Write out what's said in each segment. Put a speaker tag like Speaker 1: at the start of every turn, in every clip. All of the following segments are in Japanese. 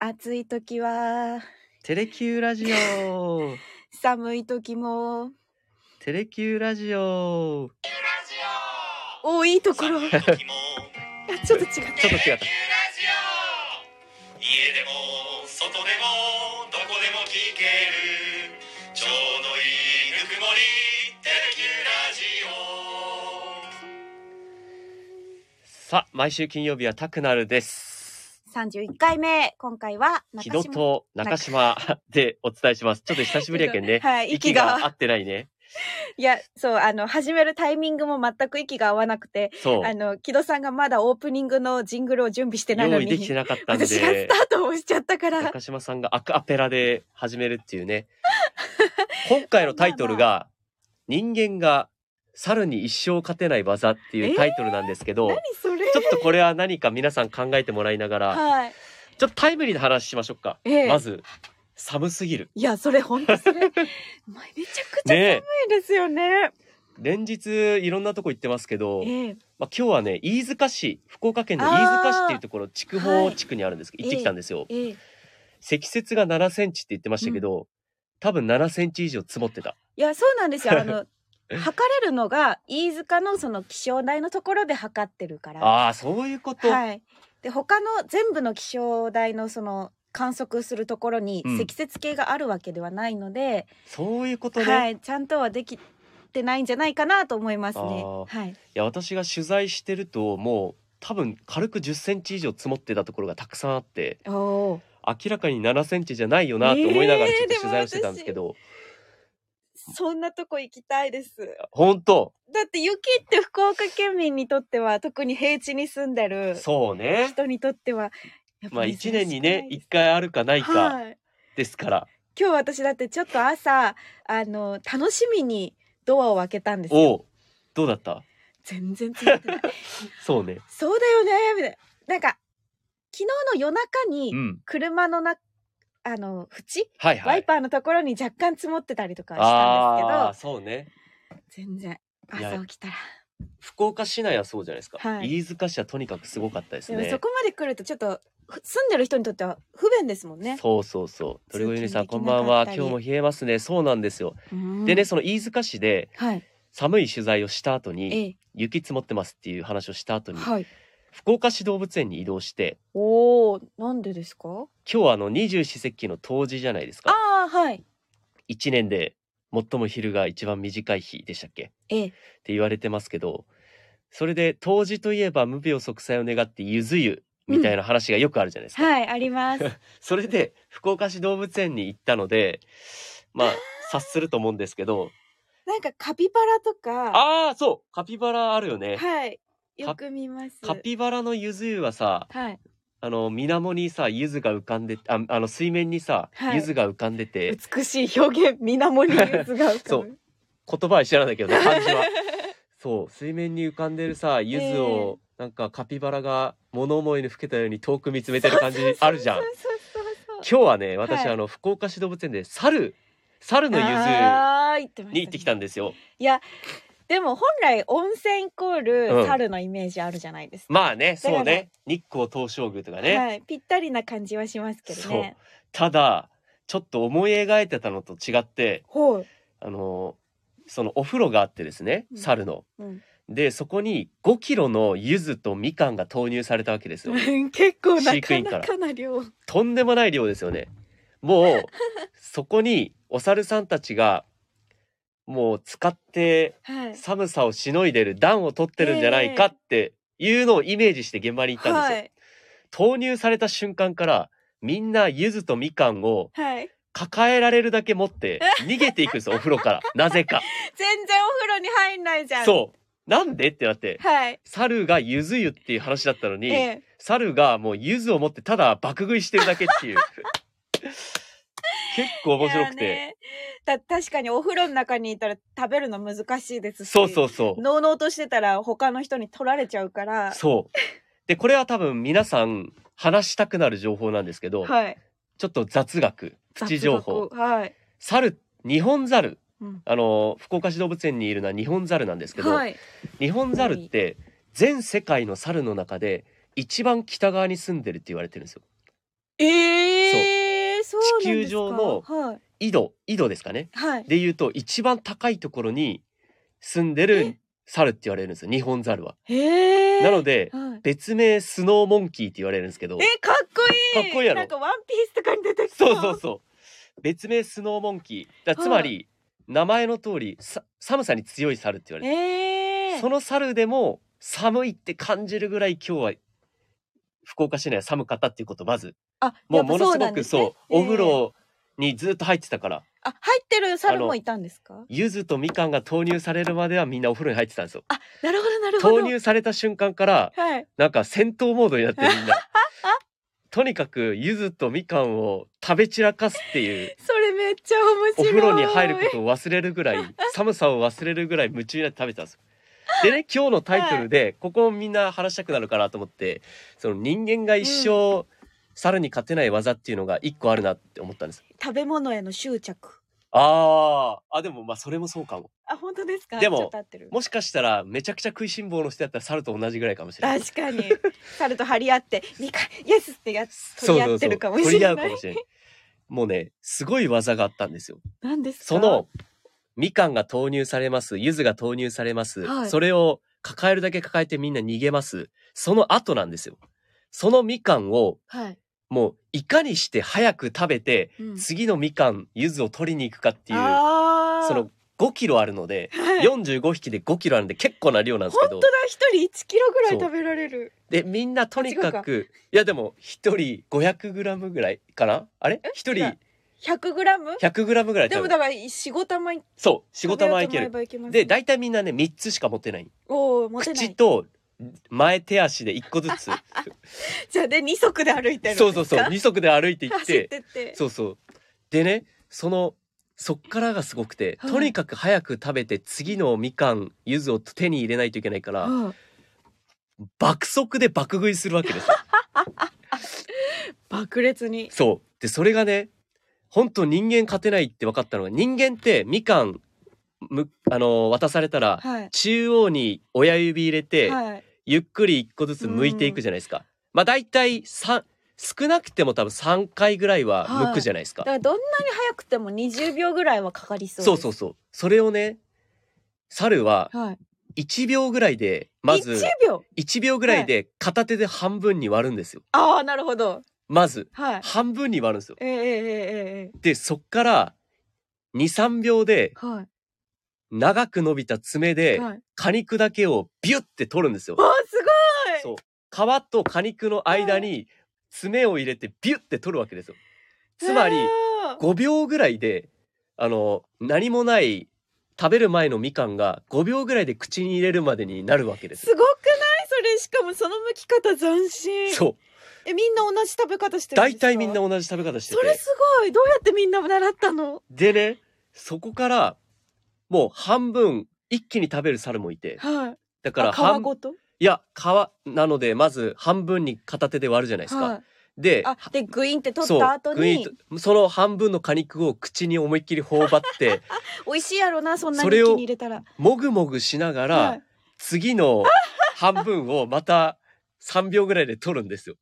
Speaker 1: 暑い時は、
Speaker 2: テレキューラジオ
Speaker 1: 寒い時も、
Speaker 2: テレキューラジオ
Speaker 1: おーいいと ころ。あ
Speaker 3: ちょっと違った。
Speaker 1: ちょっと違った。
Speaker 2: ちょっと違った
Speaker 3: 家でも外でもどこでも聞けるちょうどいいぬくもりテレキューラジオ
Speaker 2: さあ毎週金曜日はタクナルです
Speaker 1: 31回目、今回は
Speaker 2: 木戸と中島でお伝えしますちょっと久しぶりやけんね
Speaker 1: はい、息
Speaker 2: 息
Speaker 1: が
Speaker 2: が合ってないね
Speaker 1: いや、そう、あの、始めるタイミングも全く息が合わなくて、
Speaker 2: そう
Speaker 1: あの、木戸さんがまだオープニングのジングルを準備してないの
Speaker 2: 用
Speaker 1: に、
Speaker 2: 意できてなかったん
Speaker 1: 私がス
Speaker 2: で
Speaker 1: タートを押しちゃったから、
Speaker 2: 中島さんがアカペラで始めるってい うね今回のタイトルが「人間が猿に一生勝てない技」っていうタイトルなんですけど、
Speaker 1: 何それ
Speaker 2: ちょっとこれは何か皆さん考えてもらいながら、
Speaker 1: はい。
Speaker 2: ちょっとタイムリーな話しましょうか。
Speaker 1: ええ
Speaker 2: まず、寒すぎる。
Speaker 1: いや、それ本当それ、 お前めちゃくちゃ寒
Speaker 2: ねえ、
Speaker 1: いですよね。
Speaker 2: 連日いろんなとこ行ってますけど、
Speaker 1: ええ、
Speaker 2: まあ、今日はね、飯塚市、福岡県の飯塚市っていうところ、筑
Speaker 1: は
Speaker 2: 豊
Speaker 1: い
Speaker 2: 地区にあるんですけど、
Speaker 1: ええ
Speaker 2: 行ってきたんですよ。
Speaker 1: ええ。
Speaker 2: 積雪が7センチって言ってましたけど、多分7センチ以上積もってた。
Speaker 1: いやそうなんですよあの測れるのが飯塚のその気象台のところで測ってるから
Speaker 2: ああ、そういうこと。
Speaker 1: はいで他の全部の気象台のその観測するところに
Speaker 2: うん
Speaker 1: 積雪計があるわけではないので、
Speaker 2: そういうことね。、
Speaker 1: はいいちゃんとはできてないんじゃないかなと思いますね
Speaker 2: あー
Speaker 1: はい
Speaker 2: や、私が取材してると、もう、多分軽く10センチ以上積もってたところがたくさんあって、
Speaker 1: おおー
Speaker 2: 明らかに7センチじゃないよなと思いながらちょっと
Speaker 1: ええ
Speaker 2: 取材をしてたんですけど、
Speaker 1: そんなとこ行きたいです
Speaker 2: 本当
Speaker 1: だって雪って福岡県民にとっては特に平地に住んでる
Speaker 2: そうね。
Speaker 1: 人にとってはやっぱ
Speaker 2: まあ
Speaker 1: 珍し
Speaker 2: 一
Speaker 1: くない
Speaker 2: 年にね一回あるかない
Speaker 1: は
Speaker 2: か
Speaker 1: い
Speaker 2: ですから。
Speaker 1: 今日私だってちょっと朝あの楽しみにドアを開けたんです
Speaker 2: お
Speaker 1: よ
Speaker 2: うどうだった？
Speaker 1: 全然ついてない
Speaker 2: そうね。
Speaker 1: そうだよねみたいななんか昨日の夜中
Speaker 2: う
Speaker 1: に
Speaker 2: ん
Speaker 1: 車のなあの縁
Speaker 2: はいは
Speaker 1: ワイ
Speaker 2: い。
Speaker 1: パーのところに若干積もってたりとかした
Speaker 2: あ
Speaker 1: ん
Speaker 2: あ
Speaker 1: で
Speaker 2: そうね。
Speaker 1: すけど全然
Speaker 2: いや
Speaker 1: 朝起きたら
Speaker 2: 福岡市内はそうじゃないですか。
Speaker 1: はい
Speaker 2: 飯塚市はとにかくすごかったです
Speaker 1: でも
Speaker 2: ね
Speaker 1: そ。こまで来るとちょっとふ住んでる人にとっては不便ですもんね。
Speaker 2: そうそうそう。鳥越ゆりさん
Speaker 1: 通勤
Speaker 2: こん
Speaker 1: できな
Speaker 2: ば
Speaker 1: か
Speaker 2: ん
Speaker 1: った
Speaker 2: は。
Speaker 1: り
Speaker 2: 今日も冷えますね。そうなんですよ。
Speaker 1: うん
Speaker 2: でねその飯塚市で
Speaker 1: はい
Speaker 2: 寒い取材をした後
Speaker 1: え
Speaker 2: に
Speaker 1: え
Speaker 2: 雪積もってますっていう話をした後に
Speaker 1: はい
Speaker 2: 福岡市動物園に移動して
Speaker 1: おおなんでですか
Speaker 2: 今日はあの二十四節気の冬至じゃないですか。
Speaker 1: ああはい
Speaker 2: 一年で最も昼が一番短い日でしたっけ？
Speaker 1: ええ
Speaker 2: って言われてますけどそれで冬至といえば無病息災を願ってゆず湯みたいな話がよくあるじゃないですか、
Speaker 1: はいあり ます
Speaker 2: それで福岡市動物園に行ったのでまあ 察すると思うんですけど
Speaker 1: なんかカピバラとか
Speaker 2: ああそうカピバラあるよね、
Speaker 1: はい。
Speaker 2: カ
Speaker 1: よく見ます。
Speaker 2: カピバラのゆず湯はさ
Speaker 1: はい。
Speaker 2: あの水面にさゆずが浮かんでああの水面にさ
Speaker 1: はい
Speaker 2: ゆずが浮かんでて、
Speaker 1: 美しい表現、水面にゆずが浮か
Speaker 2: そ
Speaker 1: ぶ。
Speaker 2: 言葉は知らないけど ね漢字はそう水面に浮かんでるさゆずを、なんかカピバラが物思いにふけたように遠く見つめてる感じあるじゃ
Speaker 1: そ
Speaker 2: ん
Speaker 1: うそうそうそう。
Speaker 2: 今日はね私、
Speaker 1: はい
Speaker 2: あの福岡市動物園で猿猿のゆず
Speaker 1: あー言ってましたね
Speaker 2: に行ってきたんですよ
Speaker 1: でも本来温泉イコー
Speaker 2: うん
Speaker 1: ル猿のイメージあるじゃないですか。
Speaker 2: まあねそう
Speaker 1: だから
Speaker 2: ね日光東照宮とかね、
Speaker 1: はい。ぴったりな感じはしますけどね。
Speaker 2: ただちょっと思い描いてたのと違って
Speaker 1: ほう。
Speaker 2: あのそのお風呂があってですね
Speaker 1: うん
Speaker 2: 猿の、
Speaker 1: うん
Speaker 2: でそこに5キロの柚子とみかんが投入されたわけですよ
Speaker 1: 結構
Speaker 2: 飼
Speaker 1: な
Speaker 2: 育
Speaker 1: か
Speaker 2: 員から
Speaker 1: なかな量。
Speaker 2: とんでもない量ですよね もうそこにお猿さんたちがもう使って
Speaker 1: はい。
Speaker 2: 寒さをしのいでる暖を取ってるんじゃないかっていうのをイメージして現場に行ったんですよ、
Speaker 1: はい。
Speaker 2: 投入された瞬間からみんな柚子とみかんを
Speaker 1: はい。
Speaker 2: 抱えられるだけ持って逃げていくん ですよお風呂からなぜか
Speaker 1: 全然お風呂に入んないじゃん。
Speaker 2: そうなんでってなって
Speaker 1: はい。
Speaker 2: 猿が柚子湯っていう話だったのに、
Speaker 1: ええ。
Speaker 2: 猿がもう柚子を持ってただ爆食いしてるだけっていう結構面白くて、
Speaker 1: いやねた確かにお風呂の中にいたら食べるの難しいですし。
Speaker 2: そうそうそう
Speaker 1: のうのうとしてたら他の人に取られちゃうから。
Speaker 2: そうでこれは多分皆さん話したくなる情報なんですけど、
Speaker 1: はい。
Speaker 2: ちょっと雑学、プチ情報。
Speaker 1: 雑学。はい。
Speaker 2: 猿、日本猿。
Speaker 1: うん
Speaker 2: あの、福岡市動物園にいるのは日本猿なんですけど、
Speaker 1: はい。
Speaker 2: 日本猿って全世界の猿の中で一番北側に住んでるって言われてるんですよ。
Speaker 1: ええー、そうなんですか
Speaker 2: 地球上の
Speaker 1: はい
Speaker 2: 井戸井戸ですかね
Speaker 1: はい
Speaker 2: でいうと一番高いところに住んでる猿って言われるんですよ日本猿は。
Speaker 1: へえ
Speaker 2: なので
Speaker 1: はい
Speaker 2: 別名スノーモンキーって言われるんですけど
Speaker 1: えかっこいい
Speaker 2: かっこいいやろ
Speaker 1: なんかワンピースとかに出てき
Speaker 2: そうそうそう別名スノーモンキーだつまり、名前の通りさ寒さに強い猿って言われて
Speaker 1: ええ
Speaker 2: その猿でも寒いって感じるぐらい今日は福岡市内は寒かったっていうことまず
Speaker 1: あ
Speaker 2: も
Speaker 1: や
Speaker 2: う
Speaker 1: っぱ
Speaker 2: ものす
Speaker 1: な
Speaker 2: ご
Speaker 1: ん
Speaker 2: く
Speaker 1: です
Speaker 2: そう,、
Speaker 1: ね
Speaker 2: お風呂にずっと入ってたから
Speaker 1: えーあ入ってる猿もいたんですか
Speaker 2: 柚子とみかんが投入されるまではみんなお風呂に入ってたんですよ
Speaker 1: なるほどなるほど
Speaker 2: 投入された瞬間から
Speaker 1: はい
Speaker 2: なんか戦闘モードになってみ んなとにかく柚子とみかんを食べ散らかすっていう
Speaker 1: それめっちゃ面
Speaker 2: お
Speaker 1: 白い
Speaker 2: 風呂に入ることを忘れるぐらい寒さを忘れるぐらい夢中になって食べてたんですよ。でね今日のタイトルで、ここをみんな話したくなるかなと思ってその人間が一生、猿に勝てない技っていうのが一個あるなって思ったんです。
Speaker 1: 食べ物への執着
Speaker 2: あーあでもまあそれもそうかも。
Speaker 1: あ本当ですか
Speaker 2: でも
Speaker 1: ちょっと合ってる
Speaker 2: もしかしたらめちゃくちゃ食いしん坊の人だったら猿と同じぐらいかもしれない。
Speaker 1: 確かに猿と張り合って2回イエスってやつ
Speaker 2: そ
Speaker 1: 取
Speaker 2: う
Speaker 1: り
Speaker 2: そ
Speaker 1: 合
Speaker 2: う
Speaker 1: って
Speaker 2: そう
Speaker 1: るかも
Speaker 2: 取
Speaker 1: し
Speaker 2: り
Speaker 1: れ
Speaker 2: 合う
Speaker 1: な
Speaker 2: か
Speaker 1: い
Speaker 2: もしれない。もうねすごい技があったんですよ。
Speaker 1: 何ですか
Speaker 2: そのみかんが投入されます柚子が投入されます、
Speaker 1: はい
Speaker 2: それを抱えるだけ抱えてみんな逃げますその後なんですよそのみかんを
Speaker 1: はい、
Speaker 2: もういかにして早く食べて、
Speaker 1: うん
Speaker 2: 次のみかん柚子を取りに行くかっていう
Speaker 1: あー
Speaker 2: その5キロあるので、
Speaker 1: はい
Speaker 2: 45匹で5キロあるんで結構な量なんですけど
Speaker 1: 本当だ一人1キロぐらい
Speaker 2: そう
Speaker 1: 食べられる
Speaker 2: でみんなとに
Speaker 1: あ違
Speaker 2: か
Speaker 1: うか
Speaker 2: くいやでも1人500グラムぐらいかなあれ ?1
Speaker 1: 違
Speaker 2: 人
Speaker 1: う100グラム
Speaker 2: 100グラムぐらい
Speaker 1: で
Speaker 2: 食
Speaker 1: も
Speaker 2: べ
Speaker 1: だから45玉い
Speaker 2: そう仕事もい
Speaker 1: 食べ
Speaker 2: け
Speaker 1: ようと思え
Speaker 2: る
Speaker 1: ばいけます
Speaker 2: で大体みんなね3つしか持ってない
Speaker 1: おお持てな
Speaker 2: 口
Speaker 1: い
Speaker 2: と前手足で一個ず つ
Speaker 1: じゃあで2足で歩いてるんですか
Speaker 2: そうそうそう二足で歩いていっ
Speaker 1: 走っててって
Speaker 2: そうそうでねそのそっからがすごくて、
Speaker 1: はい
Speaker 2: とにかく早く食べて次のみかん柚子を手に入れないといけないから、
Speaker 1: うん
Speaker 2: 爆速で爆食いするわ けですよ
Speaker 1: 爆裂に
Speaker 2: そうでそれがね本当人間勝てないって分かったのが人間ってみかんむあの渡されたら、
Speaker 1: はい
Speaker 2: 中央に親指入れて、
Speaker 1: はい
Speaker 2: ゆっくり一個ずつ剥いていくじゃないですか。まあ大体三少なくても多分3回ぐらいは剥くじゃないですか。
Speaker 1: だからどんなに早くても20秒ぐらいはかかりそう
Speaker 2: そうそううそう。それをね、猿は
Speaker 1: はい
Speaker 2: 1秒ぐらいで、まず
Speaker 1: 1秒
Speaker 2: 1秒ぐらいで片手で半分に割るんですよ。
Speaker 1: ああなるほど
Speaker 2: まず
Speaker 1: はい
Speaker 2: 半分に割るんですよ。
Speaker 1: ええええええ
Speaker 2: で、そっから2、3秒で
Speaker 1: は
Speaker 2: 長く伸びた爪
Speaker 1: い
Speaker 2: で
Speaker 1: はい
Speaker 2: 果肉だけをビュッて取るんですよ
Speaker 1: お。ーすごい
Speaker 2: そう。皮と果肉の間に爪を入れてビュッて取るわけですよ。つまり、
Speaker 1: あー
Speaker 2: 5秒ぐらいであの何もない食べる前のみかんが5秒ぐらいで口に入れるまでになるわけです
Speaker 1: すごくないそれしかもその剥き方斬新
Speaker 2: そう
Speaker 1: えみんな同じ食べ方してるんです
Speaker 2: 大
Speaker 1: か
Speaker 2: 体みんな同じ食べ方して
Speaker 1: それ
Speaker 2: て
Speaker 1: すごいどうやってみんな習ったの
Speaker 2: でねそこからもう半分一気に食べる猿もいて
Speaker 1: はい
Speaker 2: だから
Speaker 1: あ
Speaker 2: 半
Speaker 1: 皮ごと
Speaker 2: いや皮なのでまず半分に片手で割るじゃないですか、
Speaker 1: はい
Speaker 2: で
Speaker 1: あでグインって取
Speaker 2: そ
Speaker 1: っ
Speaker 2: う
Speaker 1: た後
Speaker 2: グイ
Speaker 1: に
Speaker 2: ーンとその半分の果肉を口に思いっきり頬張って
Speaker 1: 美味しいやろなそんな
Speaker 2: そ
Speaker 1: に
Speaker 2: れ
Speaker 1: 気
Speaker 2: を
Speaker 1: に入れたら
Speaker 2: もぐもぐしながら、
Speaker 1: はい
Speaker 2: 次の半分をまた3秒ぐらいで取るんですよ。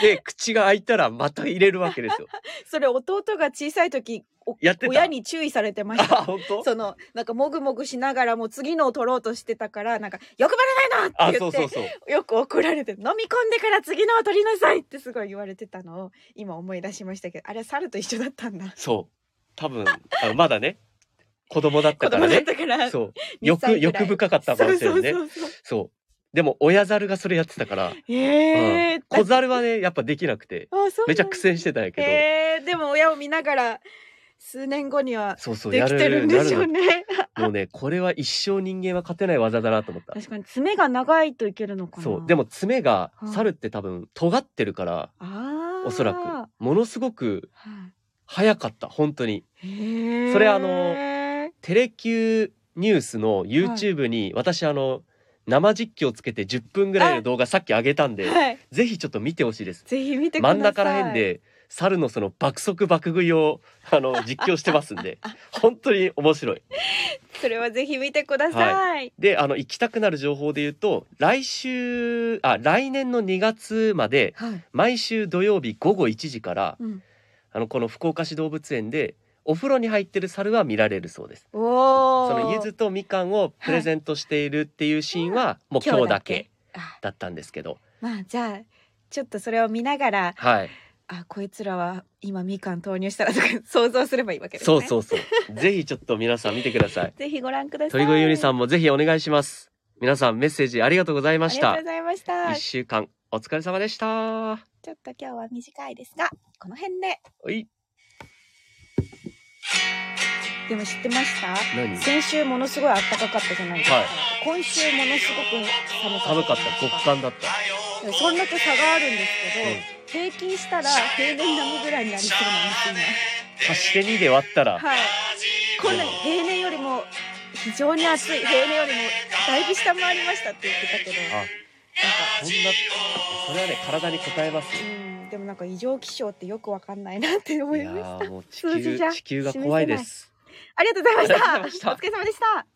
Speaker 2: で、口が開いたらまた入れるわけですよ。
Speaker 1: それ弟が小さい時お
Speaker 2: やってた
Speaker 1: 親に注意されてまし
Speaker 2: あ、
Speaker 1: た
Speaker 2: 本当
Speaker 1: そのなんかもぐもぐしながらもう次のを取ろうとしてたからなんか「欲張らないな!」っ
Speaker 2: あ、
Speaker 1: て言っ
Speaker 2: そう
Speaker 1: て
Speaker 2: そうそう。
Speaker 1: よく怒られて「飲み込んでから次のを取りなさい!」ってすごい言われてたのを今思い出しましたけどあれは猿と一緒だったんだ
Speaker 2: そう。多分、あのまだね、子供だっ
Speaker 1: 子
Speaker 2: たか
Speaker 1: 供
Speaker 2: ら
Speaker 1: だっ
Speaker 2: ね。
Speaker 1: たから
Speaker 2: そう。
Speaker 1: 2
Speaker 2: 欲、
Speaker 1: 歳ぐらい
Speaker 2: 欲深かったかもしれないね。
Speaker 1: そうそうそうそう
Speaker 2: そう。でも、親猿がそれやってたから、
Speaker 1: ええ
Speaker 2: うん子猿はね、やっぱできなくて、
Speaker 1: あそう
Speaker 2: めちゃ苦戦してたんや
Speaker 1: え
Speaker 2: け
Speaker 1: えでも親を見ながら数年後には
Speaker 2: ど、そうそう、
Speaker 1: で
Speaker 2: や
Speaker 1: き
Speaker 2: る
Speaker 1: てるんでしょう
Speaker 2: やる
Speaker 1: ね
Speaker 2: のもうね、これは一生人間は勝てない技だなと思った。
Speaker 1: 確かに爪が長いといけるのかな
Speaker 2: そう。でも、爪が
Speaker 1: は、い
Speaker 2: 猿って多分、尖ってるから、
Speaker 1: あー
Speaker 2: おそらくものすごく
Speaker 1: は
Speaker 2: 早かった本当に
Speaker 1: いへえ
Speaker 2: それあのテレキューニュースの YouTube に、私あの生実況つけて10分ぐらいの動画さっき上げたん で
Speaker 1: はい
Speaker 2: ぜひちょっと見てほしいです
Speaker 1: ぜひ見てくださ
Speaker 2: 真
Speaker 1: い
Speaker 2: ん中ら辺で猿のその爆速爆食いをあの 実況してますんで本当に面白い。
Speaker 1: それはぜひ見てください。
Speaker 2: であの行きたくなる情報で言うと来週あ来年の2月まで
Speaker 1: はい。
Speaker 2: 毎週土曜日午後1時から
Speaker 1: うん。
Speaker 2: あのこの福岡市動物園でお風呂に入ってる猿は見られるそうです。
Speaker 1: おお。
Speaker 2: そのゆずとみかんをプレゼントしているっていうシーンはもう今日だけ。
Speaker 1: あ、
Speaker 2: だったんですけど、
Speaker 1: まあじゃあちょっとそれを見ながら、
Speaker 2: はい、
Speaker 1: あこいつらは今みかん投入したらとか想像すればいいわけです
Speaker 2: そ
Speaker 1: ね。
Speaker 2: うそうそう。ぜひちょっと皆さん見てく ださい。
Speaker 1: ぜひご覧ください。
Speaker 2: 鳥越ゆりさ
Speaker 1: ん
Speaker 2: んもぜひお願いします。皆さんメッセージありがとうございまし
Speaker 1: あり。
Speaker 2: た
Speaker 1: がとうございました
Speaker 2: 一。週間お疲れ様でした。
Speaker 1: ちょっと今日は短いですがこの辺で。
Speaker 2: おい、
Speaker 1: でも知ってました？
Speaker 2: 何？
Speaker 1: 先週ものすごい暖かかったじゃないですか。
Speaker 2: はい
Speaker 1: 今週ものすごく寒
Speaker 2: 寒
Speaker 1: か
Speaker 2: か
Speaker 1: っ。
Speaker 2: ったた。極寒だった。
Speaker 1: そんだけ差があるんですけど、平均したら平年並みぐらいになりそうなんですよね。
Speaker 2: 足して2で割ったら、
Speaker 1: はい。こんな平年よりも非常に暑い平年よりもだいぶ下回りましたって言ってたけど
Speaker 2: あこんな、それはね体に応えますよ。
Speaker 1: なんかうんでもなんか異常気象ってよくわかんないなって思
Speaker 2: い
Speaker 1: いま
Speaker 2: や
Speaker 1: した
Speaker 2: ーもう地
Speaker 1: 数字
Speaker 2: 球
Speaker 1: じゃ
Speaker 2: 地球が怖いで
Speaker 1: 示
Speaker 2: す。
Speaker 1: ありがとうございま
Speaker 2: ありがとうございま
Speaker 1: し
Speaker 2: したた
Speaker 1: お疲れ様でした